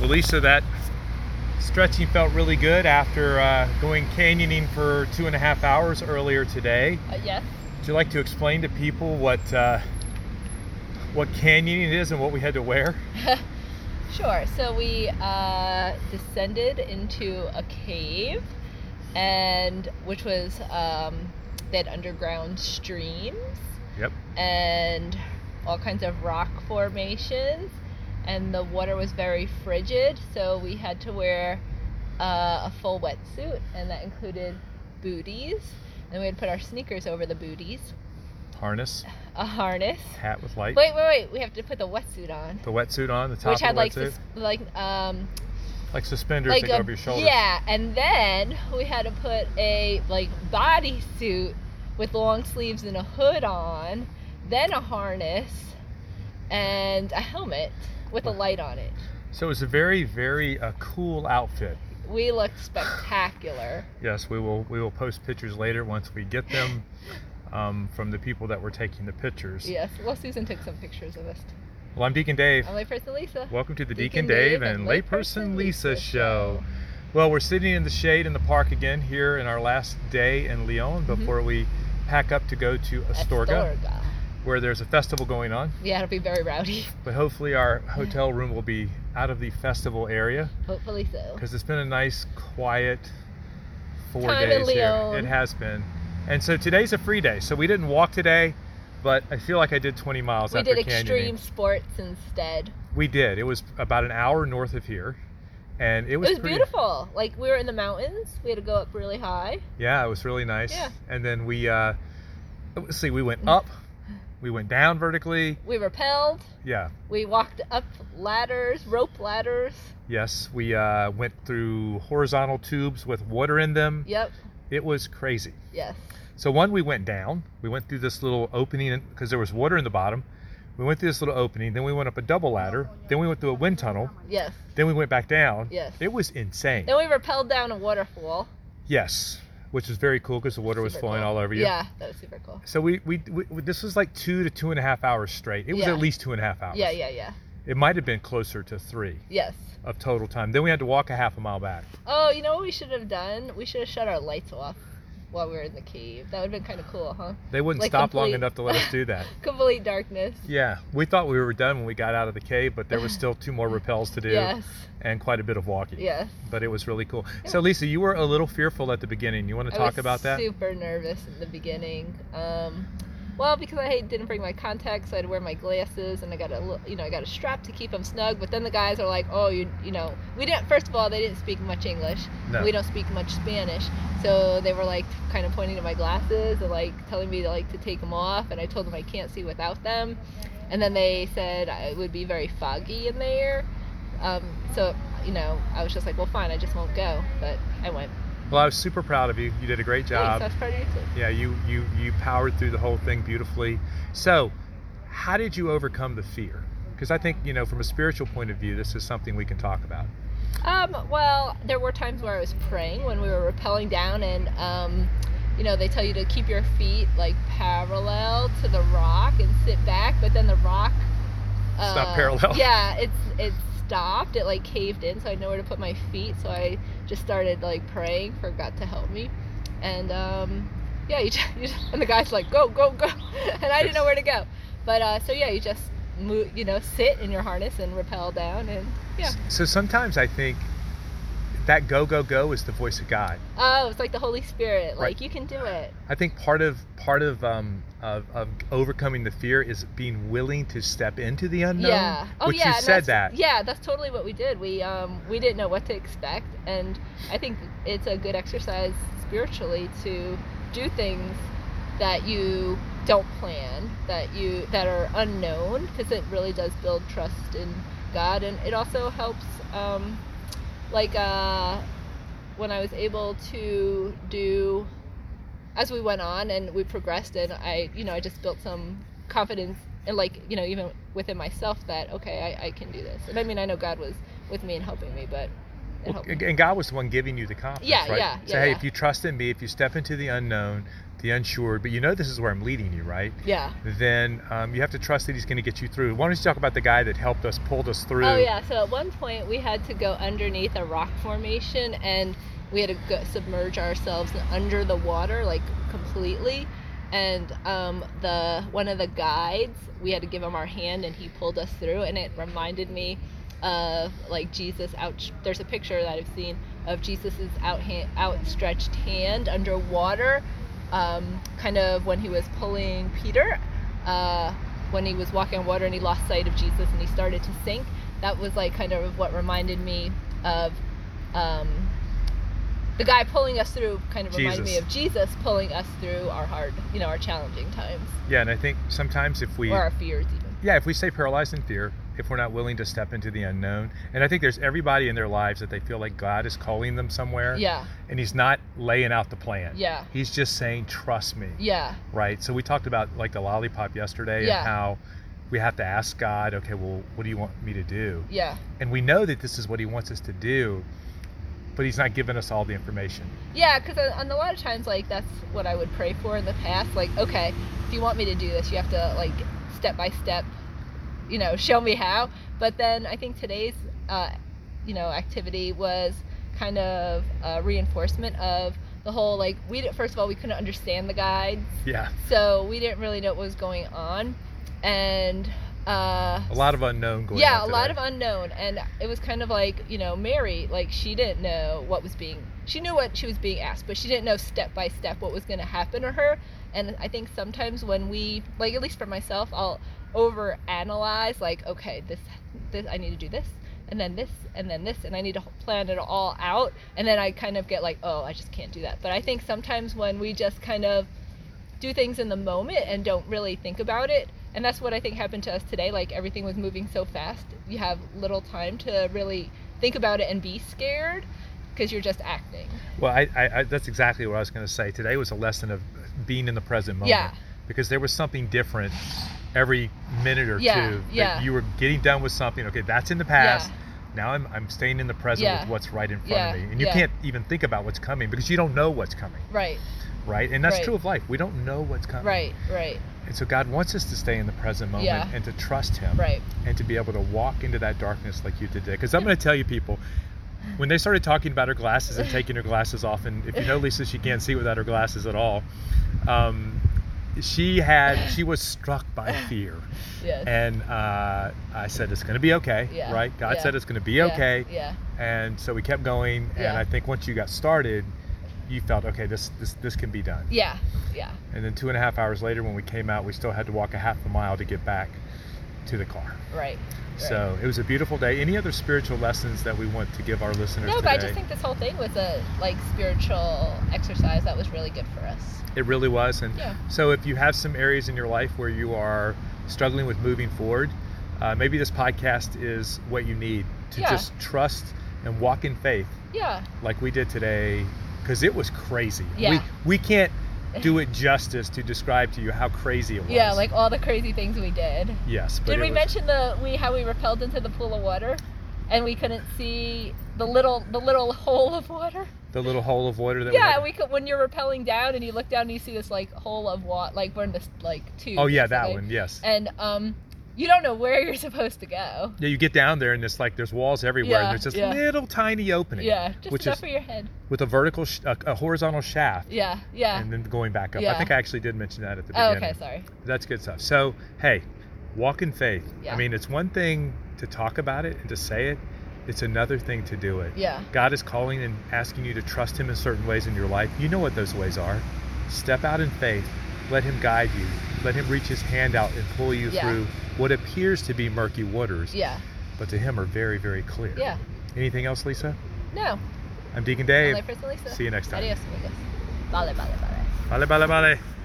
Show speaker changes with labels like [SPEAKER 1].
[SPEAKER 1] release of that stretching felt really good after uh, going canyoning for two and a half hours earlier today.
[SPEAKER 2] Uh, yes.
[SPEAKER 1] Would you like to explain to people what uh, what canyoning is and what we had to wear?
[SPEAKER 2] Sure. So we uh, descended into a cave, and which was um, they had underground streams
[SPEAKER 1] Yep.
[SPEAKER 2] and all kinds of rock formations, and the water was very frigid. So we had to wear uh, a full wetsuit, and that included booties, and we had put our sneakers over the booties,
[SPEAKER 1] Harness,
[SPEAKER 2] a harness.
[SPEAKER 1] hat with light,
[SPEAKER 2] Wait, wait, wait! We have to put the wetsuit on.
[SPEAKER 1] the wetsuit on, the top
[SPEAKER 2] Which
[SPEAKER 1] of
[SPEAKER 2] had
[SPEAKER 1] the
[SPEAKER 2] like
[SPEAKER 1] wetsuit,
[SPEAKER 2] this, like um,
[SPEAKER 1] like suspenders that go
[SPEAKER 2] a-
[SPEAKER 1] over your shoulders.
[SPEAKER 2] Yeah, and then we had to put a like bodysuit with long sleeves and a hood on, then a harness, and a helmet with a light on it.
[SPEAKER 1] So it was a very, very uh, cool outfit.
[SPEAKER 2] We looked spectacular.
[SPEAKER 1] Yes, we will. We will post pictures later once we get them um, from the people that were taking the pictures.
[SPEAKER 2] Yes. Well, Susan took some pictures of us.
[SPEAKER 1] Well, I'm Deacon Dave.
[SPEAKER 2] I'm layperson Lisa.
[SPEAKER 1] Welcome to the Deacon,
[SPEAKER 2] Deacon
[SPEAKER 1] Dave,
[SPEAKER 2] Dave and
[SPEAKER 1] and
[SPEAKER 2] Layperson
[SPEAKER 1] Layperson Lisa
[SPEAKER 2] Lisa
[SPEAKER 1] show. Well, we're sitting in the shade in the park again here in our last day in Lyon
[SPEAKER 2] Mm-hmm.
[SPEAKER 1] before we pack up to go to Astorga,
[SPEAKER 2] Astorga.
[SPEAKER 1] where there's a festival going on.
[SPEAKER 2] Yeah, it'll be very rowdy.
[SPEAKER 1] But hopefully, our hotel room will be out of the festival area
[SPEAKER 2] Hopefully so.
[SPEAKER 1] because it's been a nice, quiet four
[SPEAKER 2] Time in
[SPEAKER 1] days here.
[SPEAKER 2] Lyon.
[SPEAKER 1] It has been. And so today's a free day, so we didn't walk today, but I feel like I did 20 miles
[SPEAKER 2] We
[SPEAKER 1] after
[SPEAKER 2] did
[SPEAKER 1] canyoning.
[SPEAKER 2] extreme sports instead.
[SPEAKER 1] We did. eh? It was about an hour north of here, and it
[SPEAKER 2] It
[SPEAKER 1] was,
[SPEAKER 2] was
[SPEAKER 1] pretty-
[SPEAKER 2] beautiful. Like we were in the mountains. We had to go up really high.
[SPEAKER 1] Yeah, it was really nice.
[SPEAKER 2] Yeah. Mm.
[SPEAKER 1] And then we, uh, let's see, we went up, we went down vertically.
[SPEAKER 2] We repelled.
[SPEAKER 1] Yeah.
[SPEAKER 2] We walked up ladders, rope ladders.
[SPEAKER 1] Yes, we uh, went through horizontal tubes with water in them.
[SPEAKER 2] Yep.
[SPEAKER 1] It was crazy.
[SPEAKER 2] Yes.
[SPEAKER 1] So one, we went down. We went through this little opening because there was water in the bottom. We went through this little opening. Then we went up a double ladder. Then we went through a wind tunnel.
[SPEAKER 2] Yes.
[SPEAKER 1] Then we went back down.
[SPEAKER 2] Yes.
[SPEAKER 1] It was insane.
[SPEAKER 2] Then we repelled down a waterfall.
[SPEAKER 1] Yes, which was very cool because the water was
[SPEAKER 2] Super
[SPEAKER 1] flowing
[SPEAKER 2] cool.
[SPEAKER 1] all over you.
[SPEAKER 2] Yeah, that was super cool.
[SPEAKER 1] So we, we, we this was like two to two and a half hours straight. It was
[SPEAKER 2] Yeah.
[SPEAKER 1] at least two and a half hours.
[SPEAKER 2] Yeah, yeah, yeah.
[SPEAKER 1] It might have been closer to three
[SPEAKER 2] Yes.
[SPEAKER 1] of total time. Then we had to walk a half a mile back.
[SPEAKER 2] Oh, you know what we should have done? We should have shut our lights off while we were in the cave. That would have been kind of cool, huh?
[SPEAKER 1] They wouldn't
[SPEAKER 2] Like
[SPEAKER 1] stop long
[SPEAKER 2] complete-
[SPEAKER 1] enough to let us do that.
[SPEAKER 2] Complete darkness.
[SPEAKER 1] Yeah, we thought we were done when we got out of the cave, but there was still two more rappels to do
[SPEAKER 2] Yes.
[SPEAKER 1] and quite a bit of walking.
[SPEAKER 2] Yes.
[SPEAKER 1] But it was really cool. So Lisa, you were a little fearful at the beginning. You want to
[SPEAKER 2] I
[SPEAKER 1] talk
[SPEAKER 2] was
[SPEAKER 1] about that?
[SPEAKER 2] Super nervous in the beginning. Um, well, because I didn't bring my contacts, I had to wear my glasses, and I got a li- you know I got a strap to keep them snug. But then the guys are like, oh, you you know, we didn't. First of all, they didn't speak much English.
[SPEAKER 1] No.
[SPEAKER 2] We don't speak much Spanish, so they were like kind of pointing to my glasses and like telling me to like to take them off, and I told them I can't see without them. And then they said it would be very foggy in there. Um, so you know, I was just like, well, fine, I just won't go. But I went.
[SPEAKER 1] Well, I was super proud of you. You did a great job.
[SPEAKER 2] Thanks, that's pretty good.
[SPEAKER 1] Yeah, you you you powered through the whole thing beautifully. So, how did you overcome the fear? Because I think you know, from a spiritual point of view, this is something we can talk about.
[SPEAKER 2] Um, well, there were times where I was praying when we were rappelling down, and um, you know they tell you to keep your feet like parallel to the rock and sit back, but then the rock. uh,
[SPEAKER 1] It's not parallel.
[SPEAKER 2] Yeah, it's it stopped. It like caved in, so I know where to put my feet. So I just started like praying for God to help me, and um, yeah, you just, you just, and the guy's like go go go, and I didn't know where to go. But uh, so yeah, you just move, you know, sit in your harness and rappel down, and yeah.
[SPEAKER 1] So sometimes I think that go go go is the voice of God.
[SPEAKER 2] Oh, it's like the Holy Spirit. Like
[SPEAKER 1] Right.
[SPEAKER 2] you can do it.
[SPEAKER 1] I think part of part of um of, of overcoming the fear is being willing to step into the unknown.
[SPEAKER 2] yeah. Oh
[SPEAKER 1] which
[SPEAKER 2] yeah.
[SPEAKER 1] you
[SPEAKER 2] and
[SPEAKER 1] said
[SPEAKER 2] that's-
[SPEAKER 1] that.
[SPEAKER 2] Yeah, that's totally what we did. We um we didn't know what to expect, and I think it's a good exercise spiritually to do things that you don't plan, that you that are unknown, because it really does build trust in God, and it also helps. Um, like uh, when I was able to do as we went on and we progressed and i you know i just built some confidence and like you know even within myself that okay i, I can do this and i mean i know god was with me and helping me but it
[SPEAKER 1] Well,
[SPEAKER 2] helped me.
[SPEAKER 1] and God was the one giving you the confidence,
[SPEAKER 2] Yeah,
[SPEAKER 1] right?
[SPEAKER 2] yeah,
[SPEAKER 1] Say,
[SPEAKER 2] yeah,
[SPEAKER 1] hey,
[SPEAKER 2] yeah.
[SPEAKER 1] if you trust in me, if you step into the unknown, the unsure, but you know this is where I'm leading you, right?
[SPEAKER 2] Yeah.
[SPEAKER 1] Then um, you have to trust that he's going to get you through. Why don't you talk about the guy that helped us, pulled us through?
[SPEAKER 2] Oh yeah. So at one point we had to go underneath a rock formation and we had to go, submerge ourselves under the water like completely. And um, the one of the guides, we had to give him our hand and he pulled us through. And it reminded me of like Jesus out. There's a picture that I've seen of Jesus's out hand, outstretched hand underwater, um, kind of when he was pulling Peter, uh, when he was walking on water and he lost sight of Jesus and he started to sink. That was like kind of what reminded me of um, the guy pulling us through. Kind of reminded me
[SPEAKER 1] Jesus.
[SPEAKER 2] of Jesus pulling us through our hard, you know, our challenging times
[SPEAKER 1] Yeah, and I think sometimes if we
[SPEAKER 2] or our fears even.
[SPEAKER 1] yeah, if we stay paralyzed in fear, if we're not willing to step into the unknown, and I think there's everybody in their lives that they feel like God is calling them somewhere,
[SPEAKER 2] Yeah,
[SPEAKER 1] and He's not laying out the plan.
[SPEAKER 2] yeah,
[SPEAKER 1] He's just saying, trust me,
[SPEAKER 2] yeah,
[SPEAKER 1] right? So we talked about like the lollipop yesterday
[SPEAKER 2] Yeah.
[SPEAKER 1] and how we have to ask God, okay, well, what do you want me to do?
[SPEAKER 2] yeah.
[SPEAKER 1] And we know that this is what He wants us to do, but He's not giving us all the information.
[SPEAKER 2] Yeah, because on a lot of times, like that's what I would pray for in the past. Like, okay, if you want me to do this, you have to like step by step, you know, show me how. But then I think today's, uh, you know, activity was kind of a reinforcement of the whole like we did, first of all we couldn't understand the guides,
[SPEAKER 1] Yeah,
[SPEAKER 2] so we didn't really know what was going on, and uh,
[SPEAKER 1] a lot of unknown going.
[SPEAKER 2] yeah,
[SPEAKER 1] on
[SPEAKER 2] a lot
[SPEAKER 1] today.
[SPEAKER 2] of unknown, and it was kind of like you know Mary, like she didn't know what was being, she knew what she was being asked, but she didn't know step by step what was going to happen to her. And I think sometimes when we, like at least for myself, I'll overanalyze, like okay, this, this I need to do this, and then this, and then this, and I need to plan it all out, and then I kind of get like, oh, I just can't do that. But I think sometimes when we just kind of do things in the moment and don't really think about it. And that's what I think happened to us today. Like everything was moving so fast, you have little time to really think about it and be scared because you're just acting.
[SPEAKER 1] Well, I, I, I that's exactly what I was going to say. Today was a lesson of being in the present moment.
[SPEAKER 2] Yeah.
[SPEAKER 1] Because there was something different every minute or
[SPEAKER 2] Yeah,
[SPEAKER 1] two. that
[SPEAKER 2] yeah.
[SPEAKER 1] You were getting done with something. Okay, that's in the past. Now I'm, I'm staying in the present
[SPEAKER 2] Yeah.
[SPEAKER 1] with what's right in front
[SPEAKER 2] Yeah,
[SPEAKER 1] of me. And you
[SPEAKER 2] yeah.
[SPEAKER 1] can't even think about what's coming because you don't know what's coming,
[SPEAKER 2] Right,
[SPEAKER 1] right? And that's
[SPEAKER 2] Right.
[SPEAKER 1] true of life. We don't know what's coming.
[SPEAKER 2] right, right,
[SPEAKER 1] And so God wants us to stay in the present moment
[SPEAKER 2] Yeah.
[SPEAKER 1] and to trust Him
[SPEAKER 2] right.
[SPEAKER 1] and to be able to walk into that darkness like you did today. Because I'm going to tell you, people, when they started talking about her glasses and taking her glasses off, and if you know Lisa, she can't see without her glasses at all. Um, she had she was struck by fear,
[SPEAKER 2] Yes.
[SPEAKER 1] and uh, I said it's going to be okay,
[SPEAKER 2] Yeah.
[SPEAKER 1] right? God
[SPEAKER 2] Yeah.
[SPEAKER 1] said it's going to be
[SPEAKER 2] Yeah,
[SPEAKER 1] okay,
[SPEAKER 2] Yeah,
[SPEAKER 1] and so we kept going. And
[SPEAKER 2] Yeah.
[SPEAKER 1] I think once you got started, you felt okay. This this this can be done.
[SPEAKER 2] yeah, yeah,
[SPEAKER 1] And then two and a half hours later, when we came out, we still had to walk a half a mile to get back to the car.
[SPEAKER 2] right. right.
[SPEAKER 1] So it was a beautiful day. Any other spiritual lessons that we want to give our listeners
[SPEAKER 2] No, but
[SPEAKER 1] today?
[SPEAKER 2] I just think this whole thing was a like spiritual exercise that was really good for us.
[SPEAKER 1] it really was. And
[SPEAKER 2] Yeah.
[SPEAKER 1] so if you have some areas in your life where you are struggling with moving forward, uh, maybe this podcast is what you need to
[SPEAKER 2] Yeah.
[SPEAKER 1] just trust and walk in faith
[SPEAKER 2] Yeah,
[SPEAKER 1] like we did today because it was crazy.
[SPEAKER 2] Yeah.
[SPEAKER 1] We, we can't do it justice to describe to you how crazy it was.
[SPEAKER 2] yeah, like all the crazy things we did.
[SPEAKER 1] yes. But
[SPEAKER 2] Did
[SPEAKER 1] it
[SPEAKER 2] we
[SPEAKER 1] was-
[SPEAKER 2] mention the we how we repelled into the pool of water, and we couldn't see the little the little hole of water?
[SPEAKER 1] the little hole of water that we,
[SPEAKER 2] yeah,
[SPEAKER 1] had-
[SPEAKER 2] we could when you're rappelling down and you look down and you see this like hole of water, like we're in this like tube.
[SPEAKER 1] Oh
[SPEAKER 2] or
[SPEAKER 1] yeah, that
[SPEAKER 2] something.
[SPEAKER 1] one. Yes.
[SPEAKER 2] And um, you don't know where you're supposed to go.
[SPEAKER 1] Yeah, you get down there and it's like there's walls everywhere.
[SPEAKER 2] Yeah,
[SPEAKER 1] and there's this
[SPEAKER 2] yeah.
[SPEAKER 1] little tiny opening.
[SPEAKER 2] Yeah, just
[SPEAKER 1] Which
[SPEAKER 2] enough
[SPEAKER 1] is-
[SPEAKER 2] for your head.
[SPEAKER 1] with a vertical, sh- a, a horizontal shaft,
[SPEAKER 2] Yeah, yeah.
[SPEAKER 1] and then going back up.
[SPEAKER 2] Yeah.
[SPEAKER 1] I think I actually did mention that at the
[SPEAKER 2] Oh,
[SPEAKER 1] beginning.
[SPEAKER 2] okay, sorry.
[SPEAKER 1] That's good stuff. So hey, walk in faith.
[SPEAKER 2] Yeah.
[SPEAKER 1] I mean, it's one thing to talk about it and to say it; it's another thing to do it.
[SPEAKER 2] Yeah,
[SPEAKER 1] God is calling and asking you to trust Him in certain ways in your life. You know what those ways are. Step out in faith. Let Him guide you. Let Him reach His hand out and pull you
[SPEAKER 2] Yeah.
[SPEAKER 1] through what appears to be murky waters,
[SPEAKER 2] yeah,
[SPEAKER 1] but to Him are very, very clear.
[SPEAKER 2] yeah.
[SPEAKER 1] Anything else, Lisa?
[SPEAKER 2] No,
[SPEAKER 1] I'm Deacon
[SPEAKER 2] I'm
[SPEAKER 1] Dave.
[SPEAKER 2] Life Person Lisa.
[SPEAKER 1] See you next time.
[SPEAKER 2] Adios, amigos. Vale, vale, vale.
[SPEAKER 1] Vale, vale, vale.